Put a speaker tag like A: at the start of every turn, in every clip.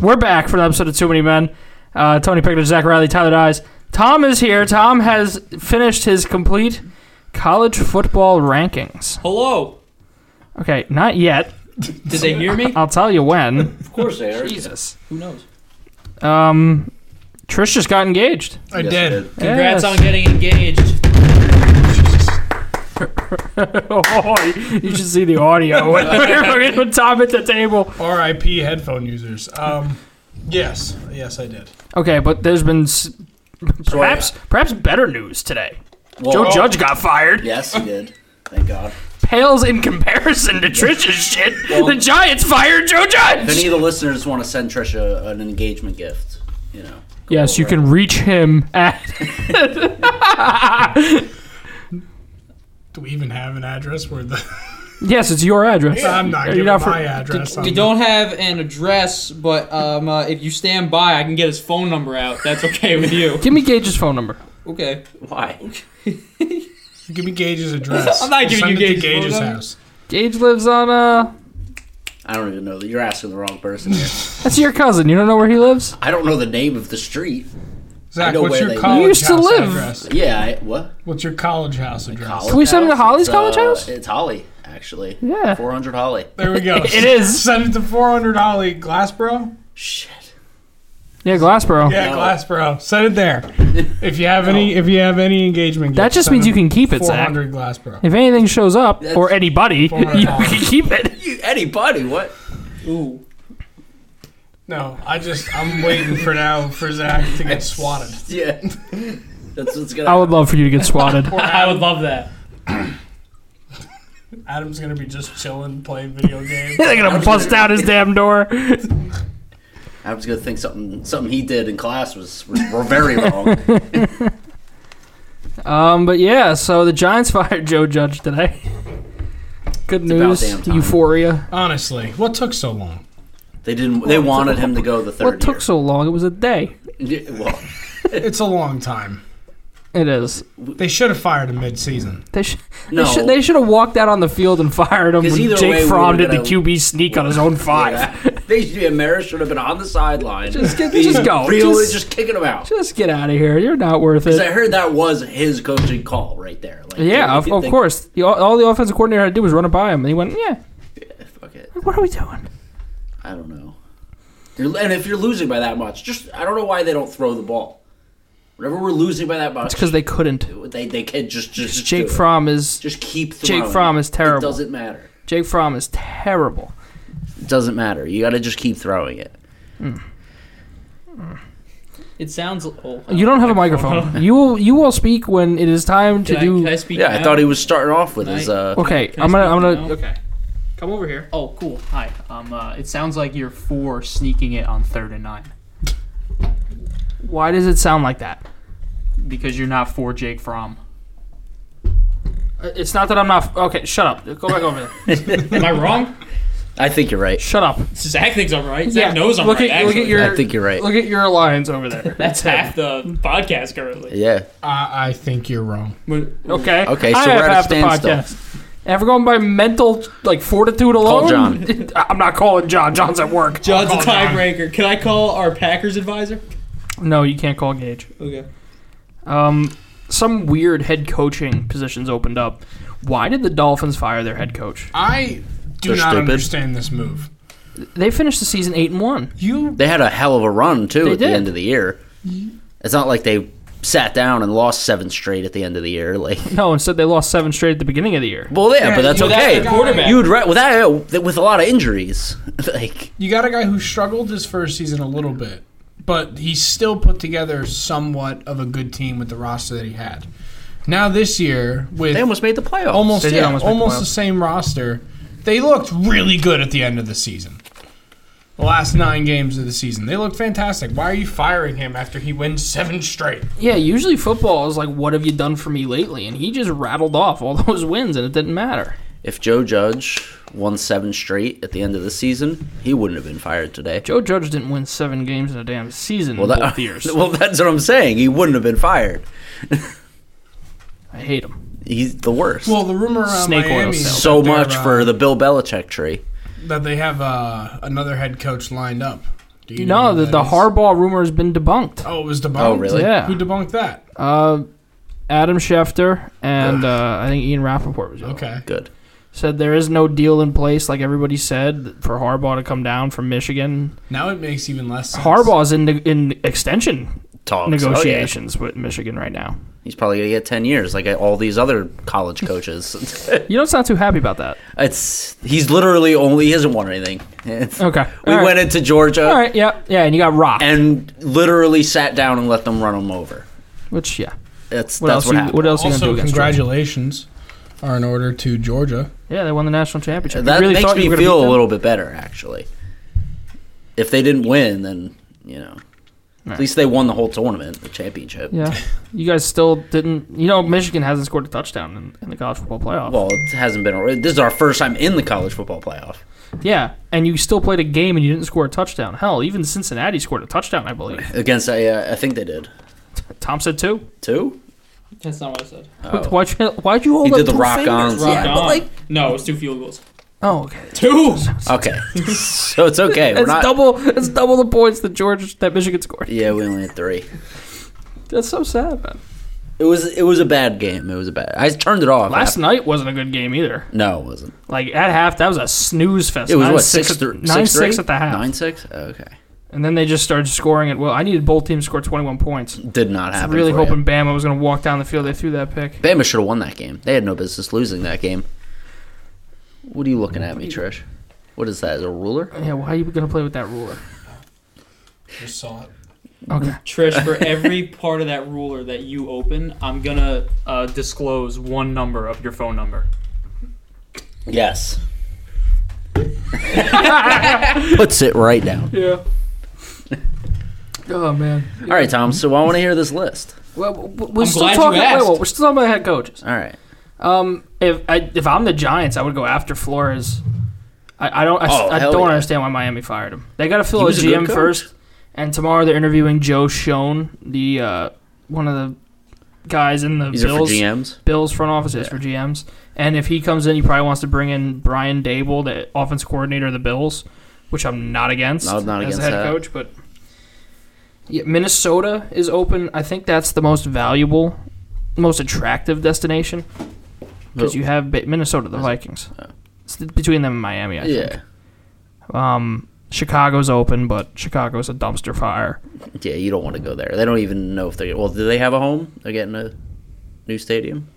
A: We're back for the episode of Too Many Men. Uh, Tony Pickett, Zach Riley, Tyler Dyes. Tom is here. Tom has finished his complete college football rankings.
B: Hello.
A: Okay, not yet.
B: Did they hear me?
A: I'll tell you when.
C: Of course they are.
A: Jesus.
B: Who knows?
A: Um, Trish just got engaged.
D: I
C: Yes,
D: did.
C: it
B: Congrats
A: Yes.
B: on getting engaged.
A: Oh, you should see the audio when, when Tom at the table.
D: R.I.P. headphone users. Um, yes, yes, I did.
A: Okay, but there's been s-
C: So I-
A: perhaps perhaps better news today.
C: Well,
A: Joe Judge got fired.
C: Yes, he did. Thank God.
A: Pales in comparison to Trish's shit. the Giants fired Joe
C: If any
A: Judge.
C: of the listeners want to send Trisha an engagement gift, you know. go
A: Yes, you
C: for it.
A: can reach him at.
D: Do we even have an address where the?
A: Yes, it's your address.
D: I'm not
A: You're
D: giving
A: not for-
D: my address.
B: We
D: I'm-
B: don't have an address, but um, uh, if you stand by, I can get his phone number out. That's okay with you.
A: Give me Gage's phone number.
B: Okay.
C: Why?
D: Give me Gage's address.
B: I'm not giving
D: Send
B: you
D: it to
B: Gage's phone
D: Gage's
B: number.
D: house.
A: Gage lives on uh.
C: I don't even know that. You're asking the wrong person here.
A: That's your cousin. You don't know where he lives.
C: I don't know the name of the street.
D: Zach,
C: know
D: what's
C: where
D: your
C: they-
D: college
A: You used to
D: house
A: live.
D: address?
C: Yeah, I, what?
D: What's your college house address?
C: College
A: Can we send him to
C: house?
A: Holly's
C: It's,
A: college
C: uh,
A: house?
C: It's Holly, actually.
A: Yeah.
C: 400 Holly.
D: There we go.
A: It is.
D: Send it to 400 Holly Glassboro.
C: Shit.
A: Yeah, Glassboro.
D: Yeah,
C: No.
D: Glassboro. Send it there. If you have any, if you have any engagement,
A: That
D: gifts,
A: just
D: send
A: means you
D: them
A: can keep it, Zach.
D: 400 Glassboro.
A: If anything shows up or
C: That's-
A: anybody, you
D: $400.
A: can keep it.
C: You, anybody, what?
B: Ooh.
D: No, I just I'm waiting for now for Zach to get swatted.
C: Yeah. That's what's going
A: I
C: to
A: would love for you to get swatted.
B: I would love that.
D: Adam's gonna be just chilling, playing video games.
A: They're gonna bust out his damn door.
C: I was going to think something something he did in class was, was, were very wrong.
A: Um, but yeah, so the Giants fired Joe Judge today. Good
C: about
A: news,
C: damn time.
A: euphoria.
D: Honestly, what took so long?
C: They didn't. They wanted him to go the third
A: What took so long? It was a day.
C: year. Yeah, well,
D: It's a long time.
A: It is.
D: They should have fired him mid-season.
A: They should.
C: No.
A: They should. They should have walked out on the field and fired him.
C: 'Cause
A: When
C: either
A: Jake
C: way, we were
A: Fromm did the
C: gonna-
A: QB sneak on his own five.
C: yeah. they should, yeah, Maris should have been on the sideline.
A: Just get-
C: being
A: just go.
C: Real,
A: Just-
C: just, kicking him out.
A: Just get out of here. You're not worth
C: 'Cause I
A: it.
C: heard that was his coaching call right there. Like,
A: Yeah,
C: if
A: of,
C: you
A: of
C: think-
A: course. The, all, all the offensive coordinator had to do was run it by him, and he went, "Yeah,
C: Yeah, fuck it.
A: what are we doing?"
C: I don't know. You're, and if you're losing by that much, just I don't know why they don't throw the ball. Whenever we're losing by that much,
A: It's because they couldn't.
C: they they can just just
A: Jake
C: do it.
A: Fromm is
C: Just keep
A: Jake
C: throwing.
A: Fromm is terrible.
C: It doesn't matter.
A: Jake Fromm is terrible.
C: It doesn't matter. You got to just keep throwing it.
B: It sounds. Oh,
A: You don't have a microphone. You will you will speak when it is time to
B: Can I,
A: do.
B: can I speak
C: Yeah, I
B: now?
C: thought he was starting off with his.
B: Right.
C: Uh,
A: okay,
B: Can I
A: I'm gonna I'm
B: speak
A: gonna.
B: now?
A: Okay, come over here.
B: Oh, cool. Hi. Um, uh, it sounds like you're for sneaking it on third and nine
A: Why does it sound like that?
B: because you're not for Jake Fromm.
A: Uh, It's not that I'm not. Okay, shut up. Go back over there.
B: Am I wrong?
C: I think you're right.
A: Shut up.
B: Zach thinks I'm right. Zach knows I'm
A: look
B: right.
A: At,
B: actually.
A: look at your.
C: I think you're right.
A: Look at your lines over there.
B: That's half the podcast currently.
C: Yeah.
D: I, I think you're wrong.
A: Okay.
C: Okay, so
A: I
C: we're
A: have
C: at a
A: half the
C: standstill.
A: podcast. If we're going by mental like fortitude alone,
C: John.
A: I'm not calling John. John's at work.
B: John's a
D: I'll call John.
B: tiebreaker. Can I call our Packers advisor?
A: No, you can't call Gage.
B: Okay.
A: Um, some weird head coaching positions opened up. Why did the Dolphins fire their head coach?
D: I do
C: They're
D: not
C: stupid.
D: understand this move.
A: They finished the season eight and one.
D: You
C: They had a hell of a run too
A: They
C: at
A: did.
C: the end of the year. It's not like they sat down and lost seven straight at the end of the year. Like,
A: No, instead they lost seven straight at the beginning of the year.
C: well, yeah, but that's
B: you- that's
C: okay.
B: the quarterback.
C: You'd right with that with a lot of injuries. like,
D: you got a guy who struggled his first season a little bit, but he still put together somewhat of a good team with the roster that he had. Now this year with
C: they almost made the playoffs.
D: almost
A: They did
D: yeah,
A: almost
D: almost,
A: make the playoffs.
D: the same roster. They looked really good at the end of the season. The last nine games of the season, they looked fantastic. Why are you firing him after he wins seven straight?
A: Yeah, usually football is like, "What have you done for me lately?" And he just rattled off all those wins, and it didn't matter.
C: If Joe Judge won seven straight at the end of the season, he wouldn't have been fired today.
A: Joe Judge didn't win seven games in a damn season
C: Well,
A: in
C: that-
A: both years.
C: well, that's what I'm saying. He wouldn't have been fired.
A: I hate him.
C: He's the worst.
D: Well, the rumor around
A: Snake oil
D: Miami is
A: sales.
D: that
C: so
D: they're,
C: much
D: uh,
C: for the Bill Belichick tree.
D: that they have uh, another head coach lined up Do you know
A: No,
D: who
A: the,
D: that
A: the
D: is?
A: Harbaugh rumor has been debunked.
D: Oh, it was debunked.
C: Oh, really?
A: Yeah.
D: Who debunked that?
A: Uh, Adam Schefter and uh, I think Ian Rappaport was the other one.
D: Okay.
C: Good.
A: Said there is no deal in place, like everybody said, for Harbaugh to come down from Michigan.
D: Now it makes even less sense.
A: Harbaugh's in in extension
C: Talks.
A: negotiations with Michigan right now.
C: Oh, yeah. He's probably gonna get ten years, like all these other college coaches.
A: You don't sound too happy about that.
C: it's he's literally only he hasn't won anything.
A: Okay.
C: we
A: All right.
C: went into Georgia
A: All right. Yep. Yeah, and you got rocked.
C: and literally sat down and let them run him over.
A: which yeah.
C: That's
A: What
C: that's
A: else?
C: what
A: you,
C: happened.
A: what else you gonna do
D: Also,
A: against
D: congratulations are in order to Georgia.
A: Georgia? Yeah, they won the national championship.
C: that
A: you really
C: makes
A: thought you
C: me
A: were gonna
C: feel a
A: beat them?
C: little bit better actually. If they didn't win, then you know,
A: Right.
C: at least they won the whole tournament, the championship.
A: Yeah. You guys still didn't. You know, Michigan hasn't scored a touchdown in, in the college football playoff.
C: Well, it hasn't been. a- This is our first time in the college football playoff.
A: yeah, and you still played a game and you didn't score a touchdown. Hell, even Cincinnati scored a touchdown, I believe.
C: Against, I, uh, I think they did
A: Tom said two.
C: two.
B: That's not what I said.
C: Oh.
A: Why'd, you, why'd you hold
C: He
A: up
C: did the
A: two
C: rock
A: fingers?
C: on.
B: Rock
C: Yeah,
B: on.
C: but like,
B: no, it was two field goals.
A: Oh, okay.
B: Two.
C: okay, so it's okay. We're
A: It's
C: not.
A: double. It's double the points that George that Michigan scored.
C: Yeah, we only had three.
A: That's so sad, man.
C: It was it was a bad game. It was a bad. I turned it off.
A: Last
C: after-
A: night wasn't a good game either.
C: no, it wasn't.
A: Like at half, that was a snooze fest.
C: It was
A: nine
C: what
A: six,
C: six, thr-
A: nine
C: six, three?
A: six at the half,
C: Nine six. Okay,
A: and then they just started scoring it. Well, I needed both teams to score twenty one points.
C: did not happen.
A: Really
C: for
A: hoping
C: you.
A: Bama was going to walk down the field. They threw that pick.
C: Bama should have won that game. They had no business losing that game. What are you looking at me, Trish? What is that? Is it a ruler?
A: Yeah, well, how are you going to play with that ruler?
D: Just saw it.
A: Okay.
B: Trish, for every part of that ruler that you open, I'm gonna uh, disclose one number of your phone number.
C: Yes. Puts it right down.
A: Yeah. oh man.
C: All right, Tom. So I want to hear this list.
A: Well, w- we're
B: I'm
A: still
B: glad you
A: talking. Wait,
B: asked.
A: wait, we're still talking about head coaches.
C: All right.
A: Um, if I, if I'm the Giants, I would go after Flores. I, I don't I, s-
C: Oh,
A: I
C: hell
A: don't
C: yeah.
A: understand why Miami fired him. They got to
C: He
A: fill a
C: was a good
A: GM
C: coach.
A: first, and tomorrow they're interviewing Joe Schoen, the uh, one of the guys in the
C: These
A: Bills
C: are for GMs.
A: Bills front office is
C: Yeah.
A: for GMs. And if he comes in, he probably wants to bring in Brian Dable, the offense coordinator of the Bills, which I'm not against
C: No, I'm not
A: as
C: against
A: a head
C: that.
A: coach. But yeah, Minnesota is open. I think that's the most valuable, most attractive destination because
C: Who?
A: you have ba- Minnesota, the Vikings. It's between them and Miami. I
C: Yeah.
A: think. Um, Chicago's open, but Chicago's a dumpster fire.
C: Yeah, you don't want to go there. They don't even know if they're. Well, do they have a home? They're getting a new stadium.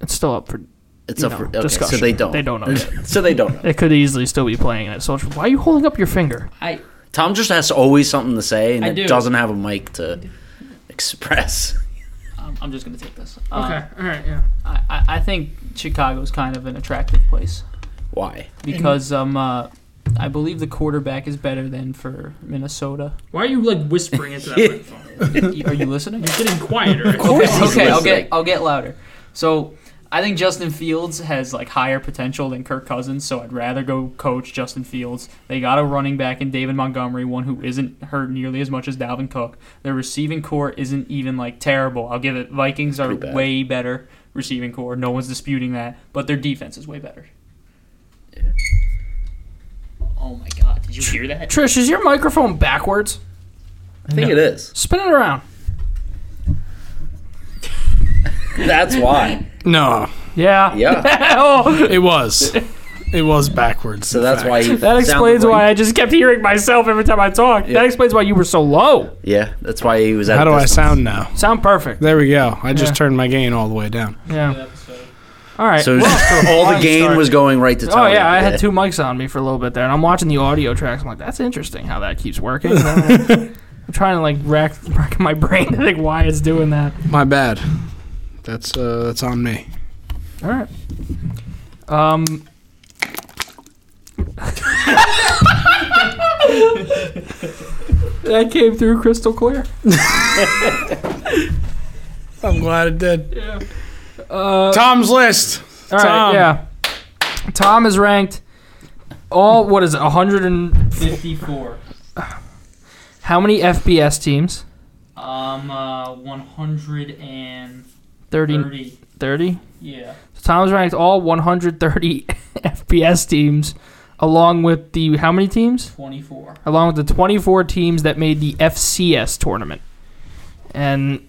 A: It's still up for
C: It's
A: you
C: up
A: know,
C: for okay,
A: discussion.
C: So they don't.
A: They don't know. yet.
C: So they don't. Know.
A: They could easily still be playing it. So why are you holding up your finger?
B: I
C: Tom just has always something to say, and
B: I
C: it
B: do.
C: doesn't have a mic to express.
B: I'm, I'm just gonna take this. Uh,
C: Uh,
A: Okay. All right. Yeah.
B: I, I I think Chicago's kind of an attractive place
C: Why?
B: because um uh, I believe the quarterback is better than for Minnesota.
A: Why are you like whispering into that microphone?
B: Y- Are you listening?
A: You're getting quieter. Of
C: he's
B: okay, okay, I'll
C: listening.
B: get I'll get louder. So I think Justin Fields has like higher potential than Kirk Cousins, so I'd rather go coach Justin Fields. They got a running back in David Montgomery, one who isn't hurt nearly as much as Dalvin Cook. Their receiving core isn't even like terrible. I'll give it. Vikings are
C: Pretty bad.
B: way better receiving core. No one's disputing that, but their defense is way better. Oh my God! Did you hear that?
A: Trish, is your microphone backwards?
C: I think it is.
A: Spin it around.
C: That's why.
D: No,
A: Yeah.
C: Yeah.
A: oh,
D: it was. It was backwards.
C: So that's why he.
A: that explains why I just kept hearing myself every time I talked. That explains why you were so low.
C: Yeah, that's why he was. At
D: How
C: a
D: do I
C: distance.
D: sound now?
A: Sound perfect.
D: There we go. I just
A: Yeah.
D: turned my gain all the way down.
A: Yeah. All right.
C: So all the gain was going right to.
A: Oh
C: Tony.
A: yeah, I had two mics on me for a little bit there, and I'm watching the audio tracks. I'm like, that's interesting how that keeps working. And I'm like- I'm trying to like rack, rack my brain to think why it's doing that.
D: My bad. That's uh, that's on me.
A: All right. Um. that came through crystal clear.
D: I'm glad it did.
A: Yeah. Uh,
D: Tom's list.
A: all right.
D: Tom.
A: Yeah. Tom is ranked all. What is it? hundred and
B: Fifty-four.
A: how many FBS teams?
B: Um, uh, one hundred and
A: 30.
B: thirty.
A: 30?
B: Yeah.
A: So Tom's ranked all 130 FBS teams along with the how many teams?
B: 24.
A: Along with the 24 teams that made the FCS tournament. And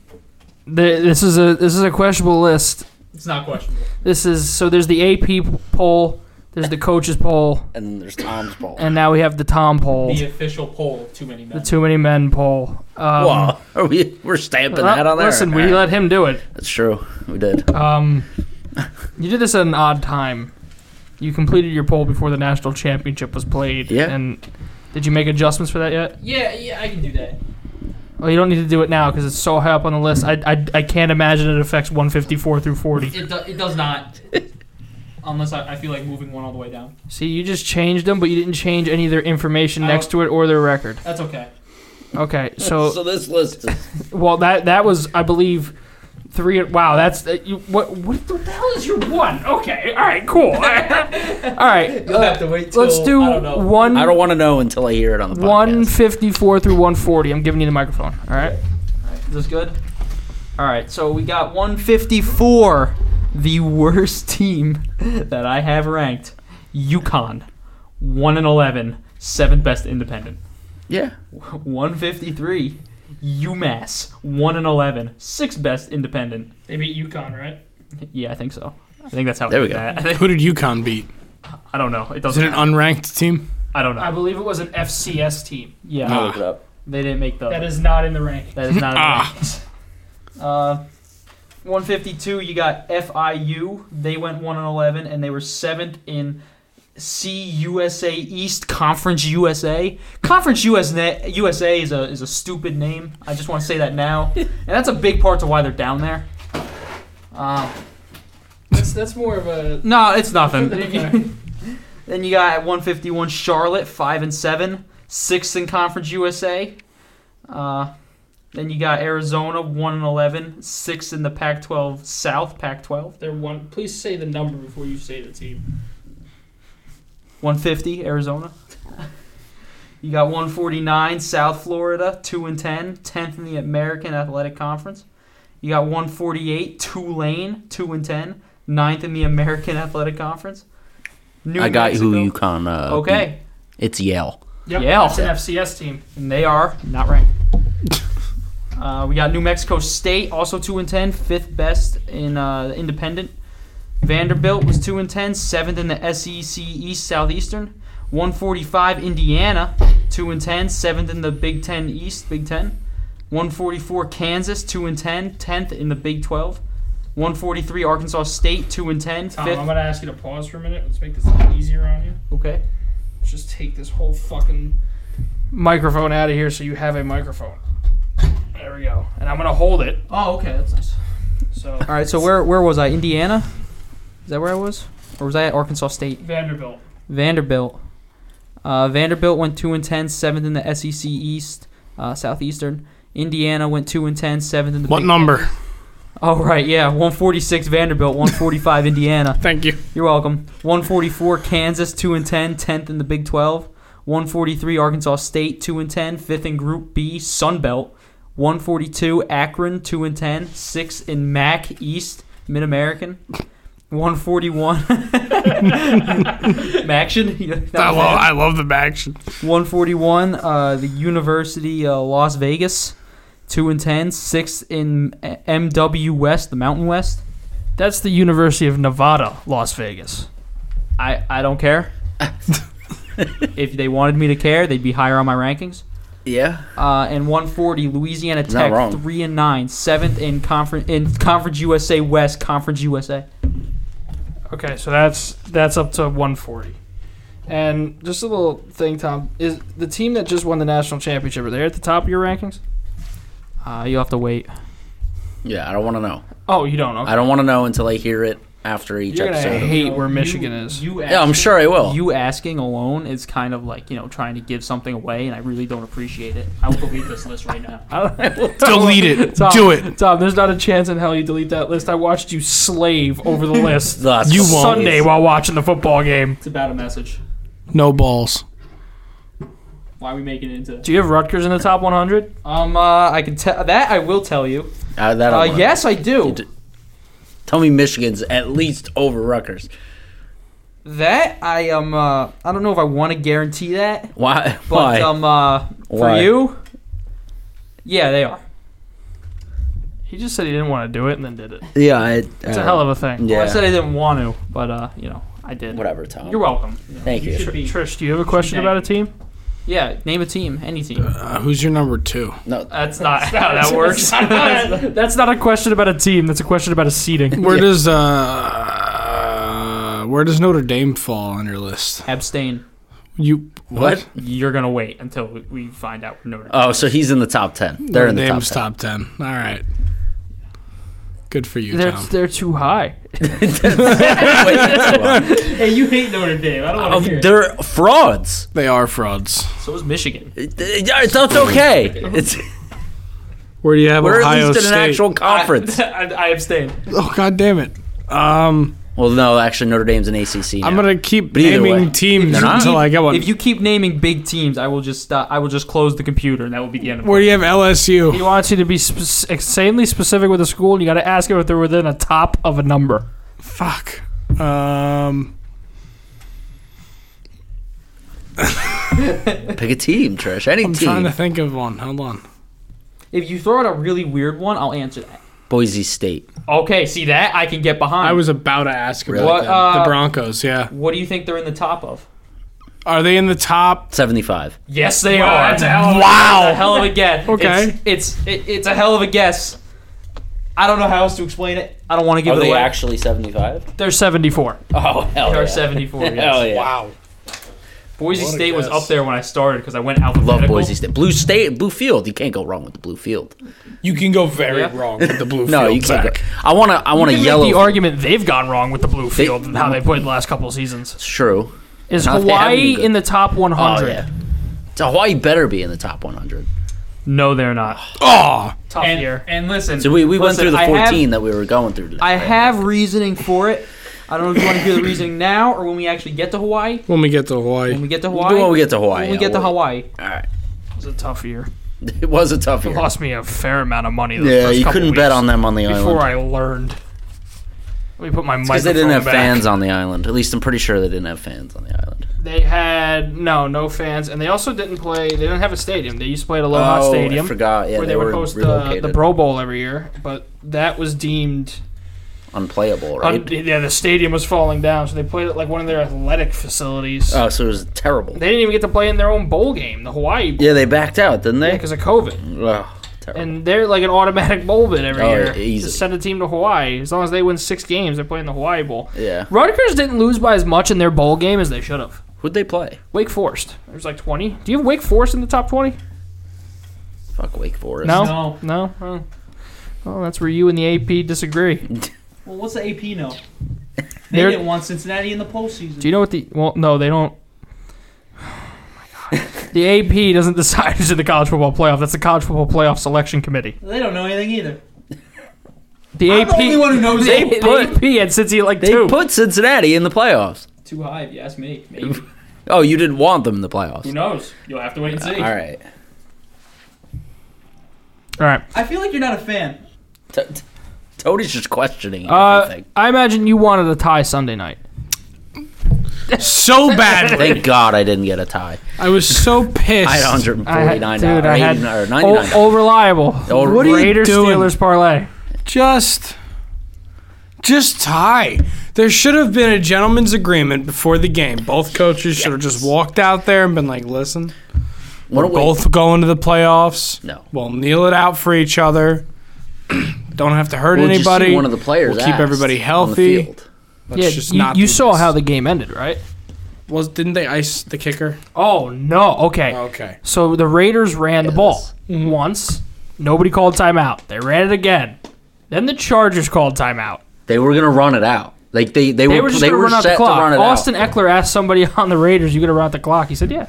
A: the, this is a this is a questionable list.
B: It's not questionable.
A: This is so there's the AP poll, there's the coaches poll,
C: And then there's Tom's ball.
A: and now we have the Tom poll,
B: The uh, official poll of too many
A: the
B: men.
A: too many men poll. Um,
C: Whoa, are we we're stamping
A: well,
C: that on there.
A: Listen, we
C: All right.
A: let him do it.
C: That's true. We did.
A: Um, you did this at an odd time. You completed your poll before the national championship was played.
C: Yeah.
A: And did you make adjustments for that yet?
B: Yeah, yeah, I can do that.
A: Well, you don't need to do it now because it's so high up on the list. I, I, I can't imagine it affects 154 through 40.
B: It, do, it does not. Unless I, I feel like moving one all the way down.
A: See, you just changed them, but you didn't change any of their information
B: I
A: next to it or their record.
B: That's okay.
A: Okay. So,
C: so this list is
A: well, that that was, I believe, three. Wow, that's uh, you, what, what the hell is your one? Okay. All right. Cool. All right.
B: You'll have to wait till
A: Let's do
B: I don't know.
A: one.
C: I don't want to know until I hear it on the podcast.
A: 154 through 140. I'm giving you the microphone. All right.
B: Is this good? All right, so we got 154. The worst team that I have ranked, Yukon, 1 and 11, seventh best independent.
C: Yeah.
B: 153, UMass, 1 and 11, sixth best independent.
A: They beat UConn, right?
B: Yeah, I think so. I think that's how
C: There
B: I
C: we
B: did
C: go.
B: That. I, think,
D: Who did UConn beat?
B: I don't know. It
D: Is it an
B: doesn't.
D: unranked team?
B: I don't
A: I
B: know.
A: believe it was an FCS team.
B: Yeah,
D: Ah.
C: Look it up.
B: they didn't make the.
A: That is not in the ranking.
B: That is not.
D: Ah.
B: a uh, 152. You got FIU. They went one and 11, and they were seventh in CUSA East Conference USA. Conference USA USA is a is a stupid name. I just want to say that now, and that's a big part to why they're down there. Um,
A: That's, that's more of a.
B: no, it's
A: Okay.
B: nothing. then you got at 151 Charlotte, 5 and 7, 6th in Conference USA. Uh, then you got Arizona, 1 and 11, 6th in the Pac 12 South, Pac 12.
A: They're one. Please say the number before you say the team.
B: 150, Arizona. You got 149, South Florida, 2 and 10, 10th in the American Athletic Conference. You got 148, Tulane, 2 and 10, 9th in the American Athletic Conference. New
C: I got who
B: Mexico-
C: UConn. Uh,
B: Okay.
C: beat. It's Yale.
A: Yep.
B: Yeah.
A: That's an FCS team.
B: And they are not ranked. uh, we got New Mexico State, also 2 and 10, fifth best in uh, independent. Vanderbilt was 2 and 10, seventh in the SEC East Southeastern. 145 Indiana, 2 and 10, seventh in the Big 10 East, Big 10. 144 Kansas, 2 and 10, 10th in the Big 12. 143 Arkansas State, 2 and 10,
A: Tom, I'm
B: 5th.
A: going to ask you to pause for a minute. Let's make this easier on you.
B: Okay.
A: Let's just take this whole fucking microphone out of here so you have a microphone. There we go. And I'm going to hold it.
B: Oh, okay, that's nice.
A: So,
B: All right, so where where was I? Indiana? Is that where I was? Or was I at Arkansas State?
A: Vanderbilt.
B: Vanderbilt. Uh, Vanderbilt went 2 and 10, 7th in the SEC East, uh, Southeastern. Indiana went 2 and 10, 7th in the
D: What
B: Big-
D: number?
B: Oh right, yeah, 146 Vanderbilt, 145 Indiana.
D: Thank you.
B: You're welcome. 144 Kansas, 2 and 10, 10th in the Big 12. 143 Arkansas State, 2 and 10, 5th in Group B, Sun Belt. 142 Akron, 2 and 10, 6th in MAC East, Mid American. 141 Maction. You know, that
D: I
B: was
D: love,
B: it.
D: I love the action.
B: 141 uh, the university uh, las vegas 2 and 10 6th in uh, mw west the mountain west
A: That's the University of Nevada, Las Vegas.
B: i, I don't care if they wanted me to care they'd be higher on my rankings
C: Yeah.
B: uh, and 140 louisiana
C: not
B: tech
C: wrong.
B: 3 and 9 7th in conference in conference usa west conference usa
A: Okay, so that's that's up to 140. And just a little thing, Tom, is the team that just won the national championship are they at the top of your rankings?
B: uh, you'll have to wait
C: Yeah. I don't want to know.
A: Oh, you don't. Okay.
C: I don't want to know until I hear it after each
A: You're gonna
C: episode.
A: hate- where Michigan is.
B: you
C: yeah, I'm
B: asking-
C: sure I will.
B: You asking alone is kind of like, you know, trying to give something away, and I really don't appreciate it. I will delete this list right now.
D: Delete it. Do it.
A: Tom, there's not a chance in hell you delete that list. I watched you slave over the list
C: That's-
D: You won't.
A: Sunday while watching the football game.
B: It's about a message.
D: No balls.
B: Why are we making it into?
A: Do you have Rutgers in the top 100?
B: Um, uh, I can tell that I will tell you.
C: Uh, that I
B: Uh,
C: don't wanna-
B: yes, I do.
C: Tell me Michigan's at least over Rutgers.
E: That I am. Uh, I don't know if I want to guarantee that,
C: Why?
E: but
C: Why?
E: um, uh, for
C: Why?
E: you, yeah, they are.
A: He just said he didn't want to do it and then did it.
C: yeah, I, uh,
A: It's a hell of a thing.
E: Well, I
C: yeah.
E: said I didn't want to, but uh, you know, I did.
C: Whatever, Tom.
E: You're welcome.
C: Thank you.
E: should be-
A: Trish, do you have a question about a team?
E: Yeah, name a team, any team.
D: Uh, who's your number two?
C: No,
B: Uh,
A: That's not how that works. that's not a question about a team. That's a question about a seating.
D: Where does uh, where does Notre Dame fall on your list?
E: Abstain.
D: You
C: What?
B: You're gonna wait until we- we find out Notre Dame.
C: Oh, so he's in the top ten. They're in the top
D: Dame's
C: ten.
D: top ten. All right. Good for you,
A: They're,
D: Tom.
A: they're too high.
C: Wait, that's wrong.
B: Hey, you hate Notre Dame. I don't
C: Oh, they're frauds.
D: They are frauds.
B: So is Michigan.
C: It- it- yeah, It's that's okay. It's
D: Where do you have
C: we're
D: Ohio
C: at least in an
D: State?
C: actual conference.
B: I, I abstain.
D: oh God damn it! Um,
C: well, no, actually, Notre Dame's an ACC. Now.
D: I'm gonna keep
C: either
D: naming
C: way,
D: teams
C: they're not.
D: until I get one.
E: If you keep naming big teams, I will just stop. I will just close the computer, and that will be the end of
D: Where do you have LSU?
A: He wants you to be sp- insanely specific with a school, and you got to ask him if they're within a top of a number.
D: Fuck. Um,
C: Pick a team, Trish. Any
D: I'm trying
C: team.
D: to think of one. Hold on.
E: If you throw out a really weird one, I'll answer that.
C: Boise State.
E: Okay, see that I can get behind.
D: I was about to ask about
E: What,
D: them.
E: uh,
D: the Broncos. Yeah,
E: What do you think they're in the top of?
D: are they in the top?
C: 75.
E: Yes, they
B: Wow,
E: are.
B: that's a hell of a-
E: wow, a hell of a guess.
D: Okay.
E: it's it's, it, it's a hell of a guess. I don't know how else to explain it. I don't want to give
C: Are
E: it
C: Oh, they
E: away.
C: actually 75?
A: They're 74.
C: Oh, hell
E: they
C: yeah.
E: are 74. Yes.
C: Hell yeah.
D: Wow.
B: Boise
D: What a
B: State was
D: guess.
B: up there when I started because I went alphabetical.
C: Love Boise State. Blue State, Blue Field. You can't go wrong with the Blue Field.
D: You can go very
E: Yeah.
D: wrong with the blue.
C: No,
D: field
C: you can't.
D: Zach.
C: Go. I want to. I want to
A: Make
C: yellow.
A: the argument they've gone wrong with the blue
C: They-
A: field and how they played the last couple of seasons.
C: It's true.
A: Is
C: Not if they have any
A: Hawaii
C: good-
A: in the top 100?
C: Oh yeah. So Hawaii better be in the top 100.
A: No, they're not.
D: Oh,
A: Tough
B: And,
A: year.
B: and listen,
C: So we, we went
E: Listen,
C: through the
E: I
C: 14
E: have-
C: that we were going through. Today,
E: I
C: right?
E: have reasoning for it. I don't know if you want to hear the reasoning now or when we actually get to Hawaii.
D: when we get to
E: When we
D: Hawaii,
E: get to
C: We'll
E: Hawaii.
C: do when we get to Hawaii.
E: when we get
C: yeah,
E: to
C: we'll-
E: Hawaii.
A: It was a tough year.
C: It was a tough
A: It
C: year.
A: lost me a fair amount of money. Those
C: Yeah,
A: first
C: you
A: couple
C: couldn't
A: weeks
C: bet on them on the
A: Before
C: island
A: I learned. Let me put my microphone
C: because they didn't have
A: back.
C: fans on the island. At least I'm pretty sure they didn't have fans on the island.
A: They had no, no fans, and they also didn't play. They didn't have a stadium. They used to play at Aloha
C: oh,
A: Stadium,
C: I forgot. Yeah,
A: where
C: they,
A: they, would
C: were
A: host uh, the,
C: relocated.
A: the Pro Bowl every year. But that was deemed
C: unplayable, right?
A: un- yeah, the stadium was falling down, so they played at like one of their athletic facilities.
C: oh, so it was terrible.
A: they didn't even get to play in their own bowl game, the Hawaii Bowl,
C: yeah, they backed out, didn't they?
A: because of COVID.
C: oh, terrible.
A: And they're like an automatic bowl bid every
C: Oh,
A: year.
C: easy.
A: Just send a team to Hawaii. As long as they win six games, they're playing the Hawaii Bowl.
C: yeah.
A: Rutgers didn't lose by as much in their bowl game as they should have.
C: Who'd they play?
A: Wake Forest. There's like 20. Do you have Wake Forest in the top 20?
C: Fuck Wake Forest.
A: No?
B: No.
A: No? Oh. Well, that's where you and the AP disagree.
B: Well, what's the AP know? They
A: They're-
B: didn't want Cincinnati in the postseason.
A: Do you know what the. Well, no, they don't. Oh my God. The AP doesn't decide who's in the college football playoff. That's the college football playoff selection committee.
B: They don't know anything either.
A: The
B: I'm
A: AP.
B: the only one who knows
A: they,
B: it.
A: the AP had Cincy at like
C: They
A: two.
C: put Cincinnati in the playoffs.
B: Too high, if you ask me. Maybe.
C: Oh, you didn't want them in the playoffs.
B: Who knows? You'll have to wait and see.
C: All right.
A: All right.
B: I feel like you're not a fan.
C: T- t- Tony's just questioning
A: Uh,
C: everything.
A: I imagine you wanted a tie Sunday night.
D: so badly.
C: Thank God I didn't get a tie.
D: I was so pissed.
C: I had
A: I
C: 149
A: had, dude,
C: or
A: I had
C: 80 or 99.
A: oh, oh, reliable.
C: Oh,
D: What are you
A: Raiders
D: doing?
A: Steelers parlay.
D: Just, just tie. There should have been a gentleman's agreement before the game. Both coaches should have just walked out there and been like, "Listen,
C: What a way-
D: both going to the playoffs.
C: No.
D: We'll kneel it out for each other. Don't have to hurt
C: Well, did you see
D: anybody.
C: One of the players.
D: We'll keep
C: asked
D: everybody
C: on the
D: healthy.
C: field.
D: Let's
A: yeah,
D: just
A: you,
D: not
A: you
D: do
A: saw
D: this.
A: how the game ended, right?
D: was didn't they ice the kicker?
A: Oh no. Okay.
D: Okay. Mm-hmm.
A: So the Raiders ran the ball
C: Yes.
A: once. Nobody called timeout. They ran it again. Then the Chargers called timeout.
C: They were gonna run it out. Like they they,
A: They
C: were
A: were just
C: they
A: going
C: were
A: to run out
C: set
A: the
C: to
A: clock.
C: run it
A: Austin
C: out.
A: Eckler asked somebody on the Raiders, "You going to run out the clock?" He said, "Yeah."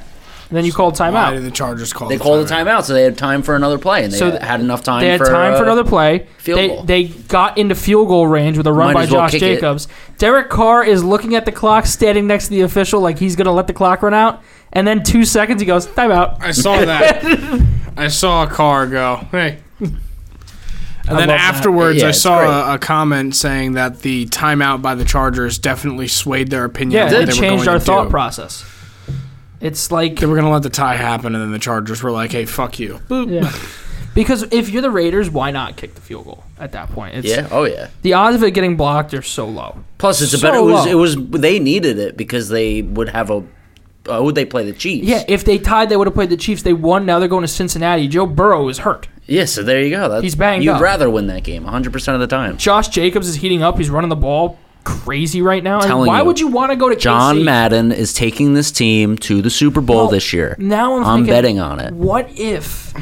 A: And then you called
D: Why
A: timeout.
D: did the Chargers call?
C: They
D: the
C: called a
D: timeout?
C: timeout, so they had time for another play, and they
A: So
C: had- had enough time.
A: They had
C: for,
A: time for
C: uh,
A: another play.
C: field
A: they
C: goal.
A: they got into field goal range with a run
C: Might
A: by
C: as well
A: Josh
C: kick it.
A: Jacobs. Derek Carr is looking at the clock, standing next to the official, like he's going to let the clock run out. And then two seconds, he goes timeout.
D: I saw that. I saw a car go. Hey. And
A: I
D: then
A: love that.
D: afterwards,
F: Yeah,
D: I
F: it's
D: saw a, a comment saying that the timeout by the Chargers definitely swayed their opinion.
A: Yeah,
D: of what
A: it
D: they
A: changed
D: were going to
A: our thought
D: do.
A: process. It's like
D: They were going to let the tie happen, and then the Chargers were like, "Hey, fuck you." Boop.
A: Yeah. because if you're the Raiders, why not kick the field goal at that point? It's,
C: Yeah. Oh yeah.
A: The odds of it getting blocked are so low.
C: Plus, it's a
A: So
C: better. It was,
A: low.
C: it was. They needed it because they would have a. Uh, would they play the Chiefs?
A: Yeah, if they tied, they would have played the Chiefs. They won. Now they're going to Cincinnati. Joe Burrow is hurt.
C: Yeah. So there you go. That's,
A: He's banged
C: You'd
A: up.
C: rather win that game 100 percent of the time.
A: Josh Jacobs is heating up. He's running the ball crazy right now. And
C: Telling
A: why
C: you.
A: would you want to go to
C: John
A: KC?
C: Madden is taking this team to the Super Bowl
A: Well,
C: this year.
A: Now I'm,
C: I'm
A: thinking,
C: betting on it.
A: What if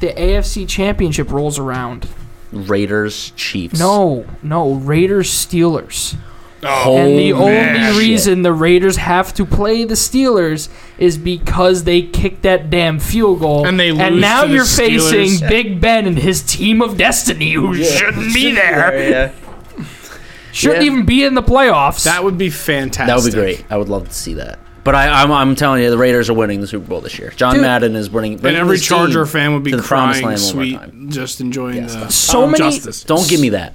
A: the AFC Championship rolls around?
C: Raiders Chiefs.
A: No, no, Raiders Steelers.
C: Holy
A: and the
C: Oh, shit.
A: only reason the Raiders have to play the Steelers is because they kicked that damn field goal.
D: And they lose
A: now
D: to the
A: you're
D: Steelers.
A: facing Big Ben and his team of destiny who shouldn't be there.
C: Yeah.
A: Shouldn't
C: Yeah.
A: even be in the playoffs.
D: That would be fantastic.
C: That would be great. I would love to see that. But I, I'm, I'm telling you, the Raiders are winning the Super Bowl this year. John
A: Dude.
C: Madden is winning.
D: And
C: bringing
D: every
C: this team
D: Charger fan would be
C: to the promised
D: crying,
C: land one more
D: sweet,
C: time.
D: just enjoying
C: Yes.
D: the
A: So
D: um,
A: many-
D: justice.
C: Don't give me that.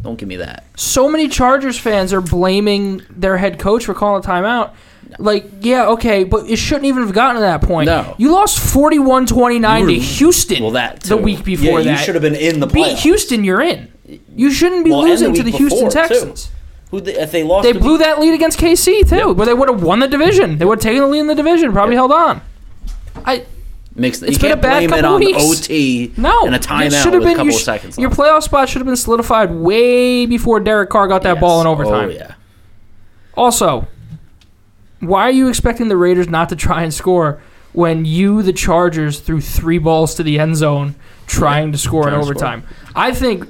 C: Don't give me that.
A: so many Chargers fans are blaming their head coach for calling a timeout. Like, yeah, okay, but it shouldn't even have gotten to that point.
C: No.
A: You lost 41 29 to Houston
C: Well, that
A: the week before that.
C: been in the
A: Beat Houston, you're in. You shouldn't be
C: Well, and the
A: losing to
C: week
A: the Houston
C: before, too.
A: Texans.
C: Who they, if they lost,
A: They
C: to-
A: blew that lead against KC, too, where they would have won the division. They would have taken the lead in the division, probably held on. I
C: Makes, you
A: it's been
C: can't
A: a bad
C: blame it
A: couple
C: on
A: weeks.
C: OT
A: No,
C: and a
A: it
C: timeout with
A: should have
C: a
A: been-
C: couple
A: you
C: of
A: sh-
C: seconds.
A: Your
C: left.
A: playoff spot should have been solidified way before Derek Carr got that ball in
C: Yes.
A: overtime.
C: Oh yeah.
A: Also, why are you expecting the Raiders not to try and score when you, the Chargers, threw three balls to the end zone trying to score in
C: trying to score.
A: overtime? I think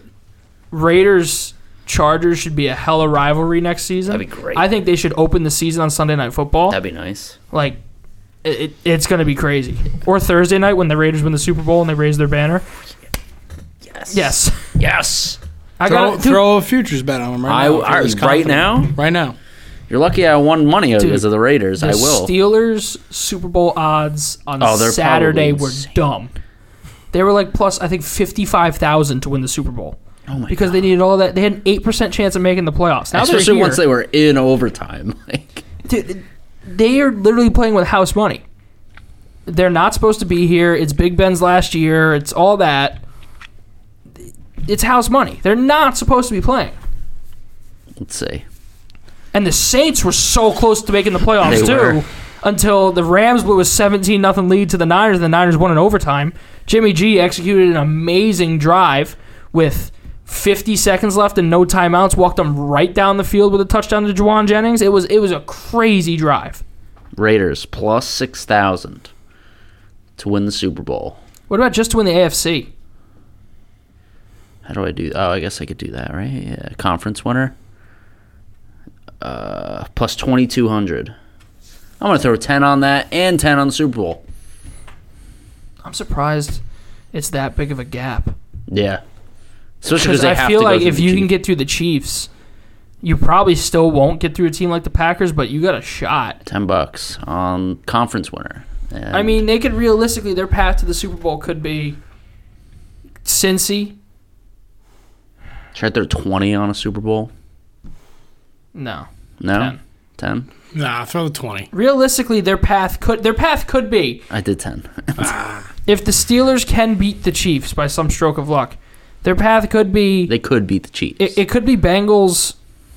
A: Raiders Chargers should be a hella rivalry next season.
C: That'd be great.
A: I think they should open the season on Sunday Night Football.
C: That'd be nice.
A: like, it, it, it's going to be crazy. Or Thursday night when the Raiders win the Super Bowl and they raise their banner.
C: Yes.
A: Yes.
C: Yes.
A: I
D: Throw,
A: got
D: throw a futures bet on them right
C: I,
D: now. if
C: I
D: you're this
C: right
D: confident.
C: now.
D: Right now.
C: You're lucky I won money
A: Dude,
C: because of the Raiders.
A: The
C: I will.
A: Steelers Super Bowl odds on
C: Oh, they're
A: Saturday
C: probably
A: were
C: insane.
A: dumb. They were like plus I think fifty five thousand to win the Super Bowl
C: oh my
A: because they needed all that. They had an eight percent chance of making the playoffs. Now
C: Especially
A: they're here.
C: once they were in overtime. Like
A: Dude, they are literally playing with house money. They're not supposed to be here. It's Big Ben's last year. It's all that. It's house money. They're not supposed to be playing.
C: let's see.
A: And the Saints were so close to making the playoffs
C: They
A: too,
C: were.
A: until the Rams blew a 17 nothing lead to the Niners. and The Niners won in overtime. Jimmy G executed an amazing drive with 50 seconds left and no timeouts. Walked them right down the field with a touchdown to Juwan Jennings. It was it was a crazy drive.
C: Raiders plus six thousand to win the Super Bowl.
A: What about just to win the AFC?
C: How do I do? Oh, I guess I could do that, right? Yeah. Conference winner. Uh, plus twenty two hundred. I'm gonna throw ten on that and ten on the Super Bowl.
A: I'm surprised it's that big of a gap.
C: Yeah. Especially because
A: Because
C: they
A: I
C: have
A: feel
C: to go
A: like
C: through
A: if
C: the
A: you
C: Chiefs.
A: can get through the Chiefs, you probably still won't get through a team like the Packers, but you got a shot.
C: ten bucks on conference winner. And
A: I mean, they could realistically their path to the Super Bowl could be Cincy.
C: should I throw twenty on a Super Bowl?
A: No,
C: No,
A: Ten.
C: ten.
D: Nah, throw the 20.
A: realistically their path could their path could be
C: I did ten.
A: if the Steelers can beat the Chiefs by some stroke of luck. Their path could be
C: they could beat the Chiefs.
A: it, it could be Bengals,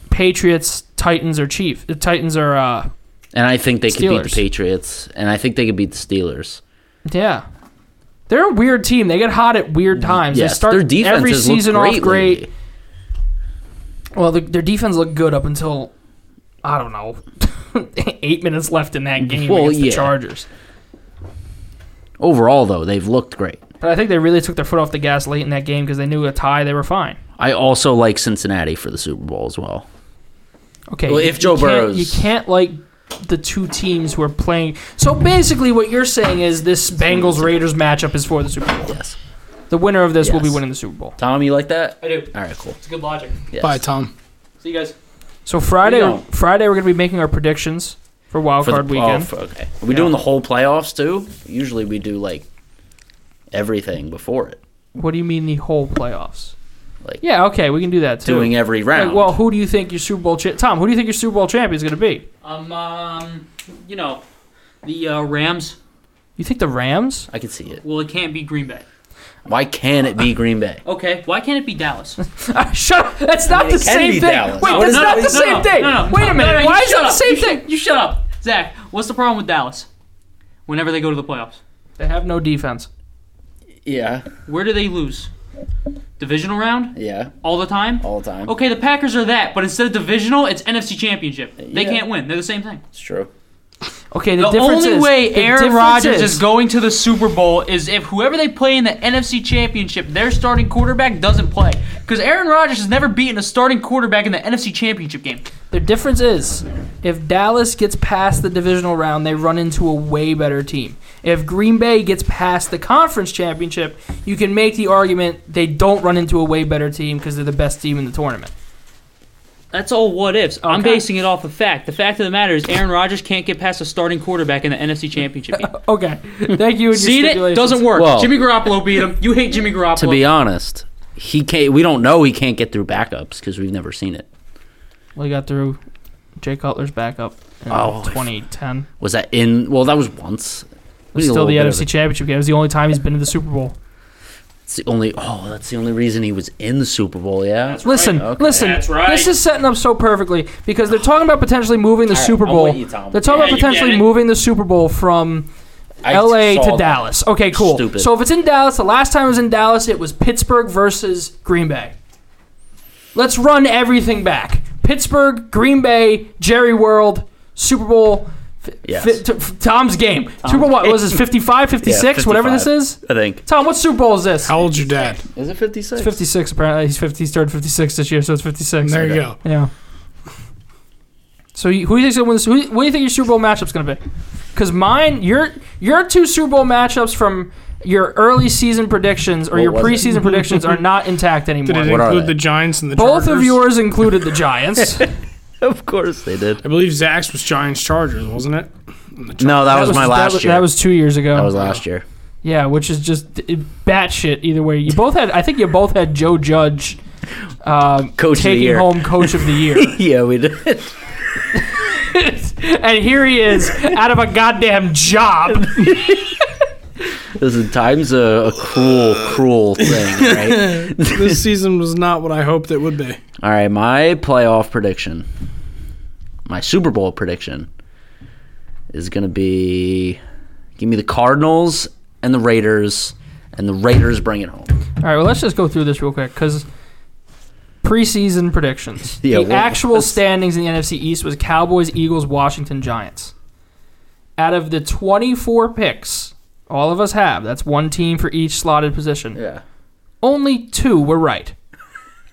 A: Patriots, Titans, or Chiefs. The Titans are uh
C: and I think they could beat
A: Steelers.
C: the Patriots. And I think they could beat the Steelers.
A: yeah. They're a weird team. They get hot at weird times.
C: Yes,
A: they start
C: their defense
A: every
C: has looked
A: season
C: great
A: off great.
C: lately.
A: Well, the, their defense looked good up until I don't know eight minutes left in that game
C: Well,
A: against
C: yeah.
A: the Chargers.
C: Overall, though, they've looked great.
A: But I think they really took their foot off the gas late in that game because they knew a tie, they were fine.
C: I also like Cincinnati for the Super Bowl as well.
A: Okay.
C: Well,
A: you-
C: if Joe
A: you can't-
C: Burrow's-
A: you can't like the two teams who are playing. So basically, what you're saying is this Bengals Raiders matchup is for the Super Bowl.
C: Yes.
A: The winner of this will be
C: Yes.
A: winning the Super Bowl.
C: Tom, you like that?
B: I do.
C: All right, cool.
B: It's good logic.
C: Yes.
D: Bye, Tom.
B: See you guys.
A: So Friday,
C: We don't.
A: Friday we're gonna be making our predictions for Wild
C: For the-
A: Card
C: oh,
A: Weekend.
C: f- okay. Are we doing the whole playoffs too? Usually we do like everything before it.
A: What do you mean the whole playoffs?
C: Like-
A: yeah, okay, we can do that too.
C: doing every
A: Like,
C: round.
A: well, who do you think your Super Bowl cha- Tom? Who do you think your Super Bowl champion is going to be?
B: Um, um, you know, the uh, Rams.
A: You think the Rams?
C: I can see it.
B: Well, it can't be Green Bay.
C: Why can't it be Green Bay?
B: Okay, why can't it be Dallas?
A: Shut up! That's not
C: mean,
A: the
C: it can
A: same
C: be
A: thing.
C: Dallas.
A: Wait,
C: No,
A: that's
C: no,
A: not the
B: no,
A: same
B: no,
A: thing.
B: No, no,
A: Wait
B: no,
A: a minute.
B: no, you
A: Why is
B: shut
A: that the
B: up.
A: same
B: You shut-
A: thing?
B: You shut up, Zach. What's the problem with Dallas? Whenever they go to the playoffs,
A: They have no defense.
C: Yeah,
B: where do they lose? Divisional round
C: yeah,
B: all the time.
C: all the time.
B: Okay, the Packers are that, but instead of divisional, it's NFC Championship. They
C: Yeah.
B: can't win. They're the same thing.
C: It's true.
A: Okay, the,
B: The
A: difference
B: only
A: is-
B: way
A: the
B: Aaron
A: difference
B: Rodgers
A: is
B: is going to the Super Bowl is if whoever they play in the NFC Championship, their starting quarterback doesn't play. Because Aaron Rodgers has never beaten a starting quarterback in the NFC Championship game.
A: The difference is if Dallas gets past the divisional round, they run into a way better team. If Green Bay gets past the conference championship, you can make the argument they don't run into a way better team because they're the best team in the tournament.
B: That's all what ifs. I'm
A: Okay.
B: basing it off of fact. The fact of the matter is Aaron Rodgers can't get past a starting quarterback in the NFC Championship game.
A: Okay, thank you. And
B: Seen it? Doesn't work.
C: Well-
B: Jimmy Garoppolo beat him. You hate Jimmy Garoppolo.
C: To be honest, he can't. We don't know he can't get through backups because we've never seen it.
A: We got through Jay Cutler's backup in
C: Oh,
A: 2010.
C: Was that in? Well, that was once. We need a
A: Still
C: little
A: the
C: bit of
A: NFC
C: it.
A: championship game. It was the only time he's been to the Super Bowl.
C: It's the only. Oh, that's the only reason he was in the Super Bowl. Yeah.
A: Listen,
C: Okay.
A: listen.
G: That's right.
A: This is setting up so perfectly because they're talking about potentially moving the
C: right,
A: Super
C: I'm
A: Bowl.
C: with you, Tom.
A: They're talking
G: Yeah,
A: about
G: you get
A: potentially
G: it.
A: moving the Super Bowl from
C: I
A: L.A.
C: saw
A: to
C: that.
A: Dallas. Okay, cool.
C: Stupid.
A: So if it's in Dallas, the last time it was in Dallas, it was Pittsburgh versus Green Bay. Let's run everything back: Pittsburgh, Green Bay, Jerry World, Super Bowl. f-
C: Yes. Um,
A: fi- t- f- Tom's game. Super Bowl. What was this? 55, 56, whatever this
C: 55.
A: is.
C: I think.
A: Tom, what Super Bowl is this?
D: How old's your dad?
C: Is it fifty six?
A: It's 56. Apparently, he's 50. He started 56 this year, so it's 56.
D: There you go.
A: Yeah. So you, who do you think's gonna win? This, who, what do you think your Super Bowl matchup's gonna be? Because mine, your your two Super Bowl matchups from your early season predictions or
C: What
A: your
C: was it?
A: preseason predictions are not intact
D: Did it
A: anymore.
C: What are
D: include
C: they?
D: the Giants and the
A: Both of
D: Chargers?
A: yours included the Giants. that
C: Of course they did.
D: I believe Zach's was Giants Chargers, wasn't it?
C: No, that, was, my last
A: that,
C: year.
A: That was two years ago.
C: That was last year.
A: yeah, which is just it, batshit either way. You both had, I think you both had Joe Judge. Um,
C: Coach of the
A: taking
C: year.
A: home coach of the year,
C: Yeah, we did.
A: and here he is out of a goddamn job.
C: Listen, time's a, a cruel, cruel thing, right?
D: this season was not what I hoped it would be.
C: All right, my playoff prediction, my Super Bowl prediction, is going to be give me the Cardinals and the Raiders, and the Raiders bring it home.
A: All right, well, let's just go through this real quick because preseason predictions.
C: Yeah,
A: the
C: well,
A: actual
C: that's-
A: standings in the NFC East was Cowboys, Eagles, Washington, Giants. Out of the 24 picks all of us have, that's one team for each slotted position.
C: Yeah.
A: Only two were right.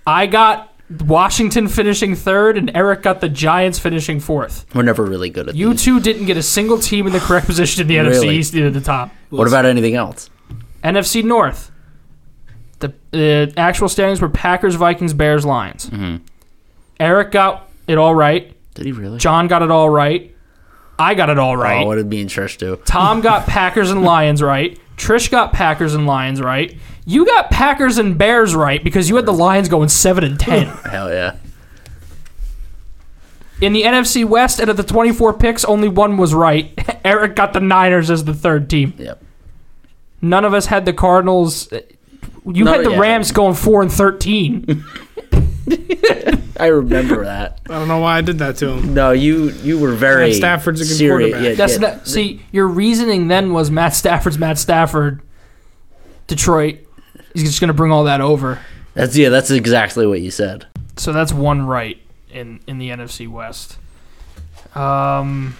A: I got Washington finishing third, and Eric got the Giants finishing fourth.
C: We're never really good at
A: You
C: these.
A: two didn't get a single team in the correct position in the NFC
C: Really?
A: East near the top.
C: What about anything else?
A: NFC North. The, the actual standings were Packers, Vikings, Bears, Lions. Eric got it all right.
C: Did he really?
A: John got it all right. I got it all right.
C: Oh, what did me and Trish do?
A: Tom got Packers and Lions right. Trish got Packers and Lions right. You got Packers and Bears right because you had the Lions going seven and ten.
C: Hell yeah.
A: In the NFC West, out of the twenty-four picks, only one was right. Eric got the Niners as the third team.
C: Yep.
A: None of us had the Cardinals. You
C: No,
A: had the
C: yeah.
A: Rams going four and thirteen.
C: I remember that.
D: I don't know why I did that to him.
C: No, you you were very
D: Matt Stafford's a good
C: serious.
D: quarterback.
C: Yeah,
A: That's
C: yeah.
A: not, see, your reasoning then was Matt Stafford's Matt Stafford, Detroit. He's just going to bring all that over.
C: That's yeah, that's exactly what you said.
A: So that's one right in in the NFC West. Um,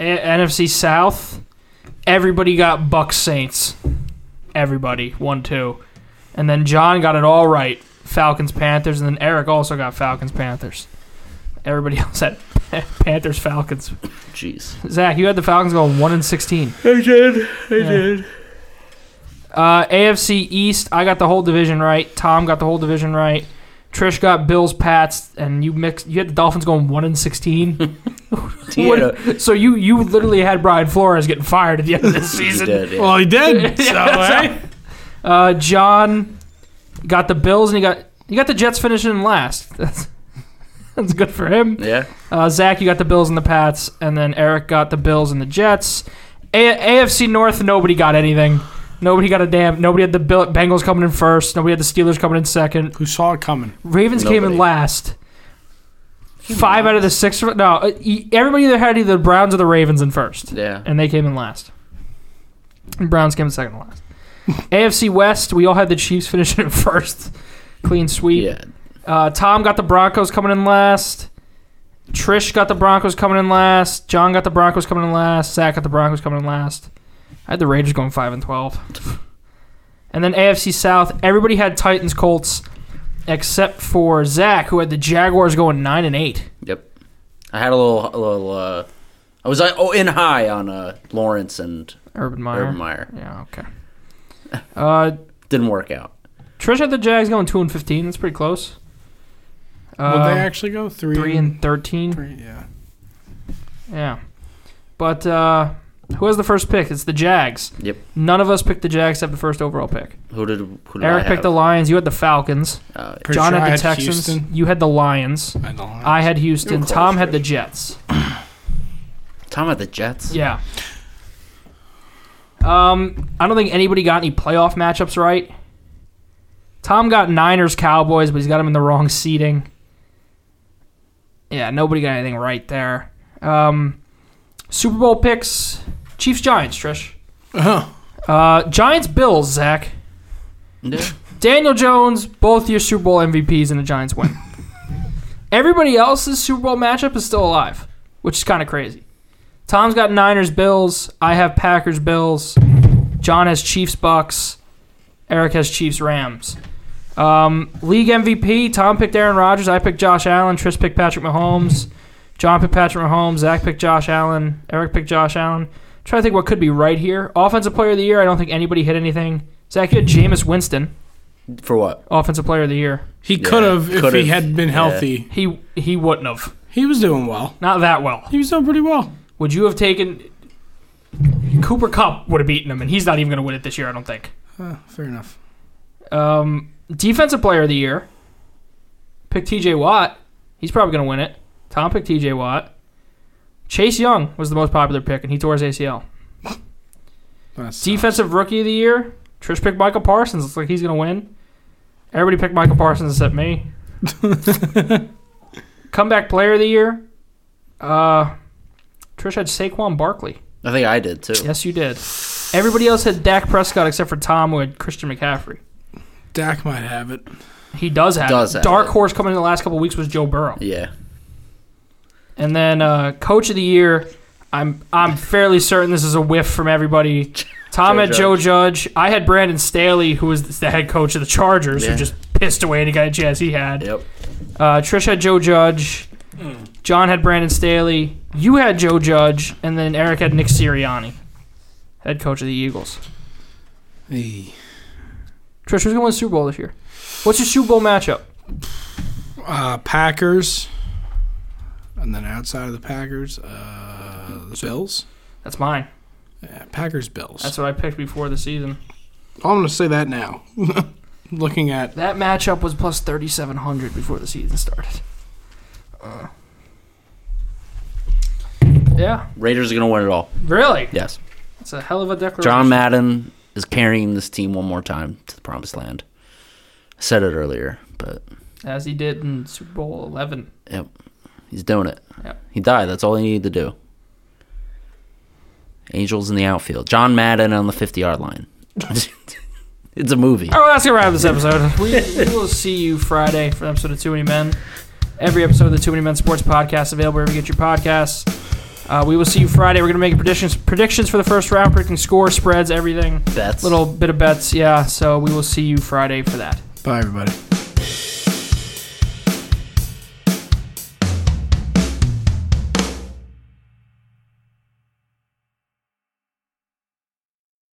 A: A- NFC South, everybody got Bucks Saints. Everybody one two, and then John got it all right. Falcons Panthers, and then Eric also got Falcons Panthers. Everybody else had Panthers Falcons.
C: Jeez.
A: Zach, you had the Falcons going one and sixteen.
C: I did. I
A: did. Uh, AFC East, I got the whole division right. Tom got the whole division right. Trish got Bills, Pats, and you mixed. You had the Dolphins going one and sixteen. What- so you you literally had Brian Flores getting fired at the end of the
C: You
A: season.
C: did, yeah.
D: Well, he did. So,
A: Yeah,
D: hey,
A: Uh, John got the Bills and he got he got the Jets finishing in last. That's that's good for him.
H: Yeah.
A: Uh, Zach, you got the Bills and the Pats, and then Eric got the Bills and the Jets. A- AFC North, nobody got anything. Nobody got a damn. Nobody had the Bill- Bengals coming in first. Nobody had the Steelers coming in second.
D: Who saw it coming?
A: Ravens came in
H: Nobody. last.
A: last. Five out of the six. No, uh, e- everybody either had either the Browns or the Ravens in first,
H: Yeah.
A: and they came in last. And Browns came in second to last. AFC West, we all had the Chiefs finishing in first. Clean sweep.
H: Yeah.
A: Uh, Tom got the Broncos coming in last. Trish got the Broncos coming in last. John got the Broncos coming in last. Zach got the Broncos coming in last. I had the Raiders going five and twelve. And then AFC South, everybody had Titans, Colts, except for Zach, who had the Jaguars going nine and eight.
H: Yep. I had a little, a little. Uh, I was uh, oh in high on uh, Lawrence and
A: Urban Meyer.
H: Urban Meyer.
A: Yeah, okay. Uh,
H: Didn't work out.
A: Trish had the Jags going two and fifteen. That's pretty close.
D: Would
A: Um,
D: they actually go three?
A: three and thirteen.
D: three. Yeah.
A: Yeah. But uh, who has the first pick? It's the Jags.
H: Yep.
A: None of us picked the Jags except the first overall pick.
H: Who did who did I
A: Eric
H: have?
A: picked the Lions. You had the Falcons.
H: Uh,
D: Pretty
A: John
D: sure I
A: had the Texans.
D: Houston.
A: You had the Lions.
D: I had the Lions.
A: I had Houston.
H: close,
A: Tom had the
H: Chris.
A: Jets.
H: Tom had the Jets.
A: Yeah. Um, I don't think anybody got any playoff matchups right. Tom got Niners Cowboys, but he's got him in the wrong seating. Yeah, nobody got anything right there. Um, Super Bowl picks: Chiefs Giants. Trish.
D: Uh-huh.
A: Uh, Giants Bills. Zach.
H: Yeah.
A: Daniel Jones, both your Super Bowl MVPs, and the Giants win. Everybody else's Super Bowl matchup is still alive, which is kind of crazy. Tom's got Niners Bills. I have Packers Bills. John has Chiefs Bucks. Eric has Chiefs Rams. Um, league MVP. Tom picked Aaron Rodgers. I picked Josh Allen. Tris picked Patrick Mahomes. John picked Patrick Mahomes. Zach picked Josh Allen. Eric picked Josh Allen. trying to think what could be right here. Offensive Player of the Year. I don't think anybody hit anything. Zach, you had Jameis Winston
H: For what?
A: offensive player of the year.
D: He could have if
H: could've.
D: he had been healthy.
A: He he wouldn't have.
D: He was doing well.
A: Not that well.
D: He was doing pretty well.
A: Would you have taken Cooper Cup would have beaten him, and he's not even going to win it this year, I don't think.
D: Uh, fair enough.
A: Um, defensive player of the year. Pick T.J. Watt. He's probably going to win it. Tom picked T.J. Watt. Chase Young was the most popular pick, and he tore his ACL.
D: That's-
A: Defensive rookie of the year. Trish picked Michael Parsons. Looks like he's going to win. Everybody picked Michael Parsons except me. Comeback player of the year. Uh, Trish had Saquon Barkley.
H: I think I did too.
A: Yes, you did. Everybody else had Dak Prescott except for Tom who had Christian McCaffrey.
D: Dak might have it.
A: He does have.
H: Does
A: it.
H: have
A: Dark
H: it.
A: horse coming in the last couple weeks was Joe Burrow.
H: Yeah.
A: And then uh, coach of the year. I'm I'm fairly certain this is a whiff from everybody. Tom
H: Joe
A: had Joe Judge. I had Brandon Staley, who was the head coach of the Chargers,
H: Yeah.
A: who just pissed away any guy chance he had.
H: Yep.
A: Uh, Trish had Joe Judge. John had Brandon Staley. You had Joe Judge, and then Eric had Nick Sirianni, head coach of the Eagles.
D: Hey.
A: Trish, who's going to win the Super Bowl this year? What's your Super Bowl matchup?
D: Uh, Packers. And then outside of the Packers, uh, the Bills.
A: That's mine.
D: Yeah, Packers Bills.
A: That's what I picked before the season.
D: I'm gonna say that now. Looking at
A: That matchup was plus 3,700 before the season started. Uh, yeah,
H: Raiders are gonna win it all.
A: really?
H: Yes.
A: It's a hell of a declaration.
H: John Madden is carrying this team one more time to the promised land. I said it earlier, but
A: As he did in Super Bowl 11.
H: yep, he's doing it.
A: Yep.
H: He died. That's all he needed to do. Angels in the outfield. John Madden on the 50 yard line. it's a movie.
A: All right, well, that's gonna wrap this episode. We, we will see you Friday for an episode of Too Many Men. Every episode of the Too Many Men Sports Podcast available wherever you get your podcasts. Uh, we will see you Friday. We're gonna make predictions predictions for the first round, predicting score, spreads, everything.
H: Bets.
A: Little bit of bets, yeah. So we will see you Friday for that.
D: bye everybody.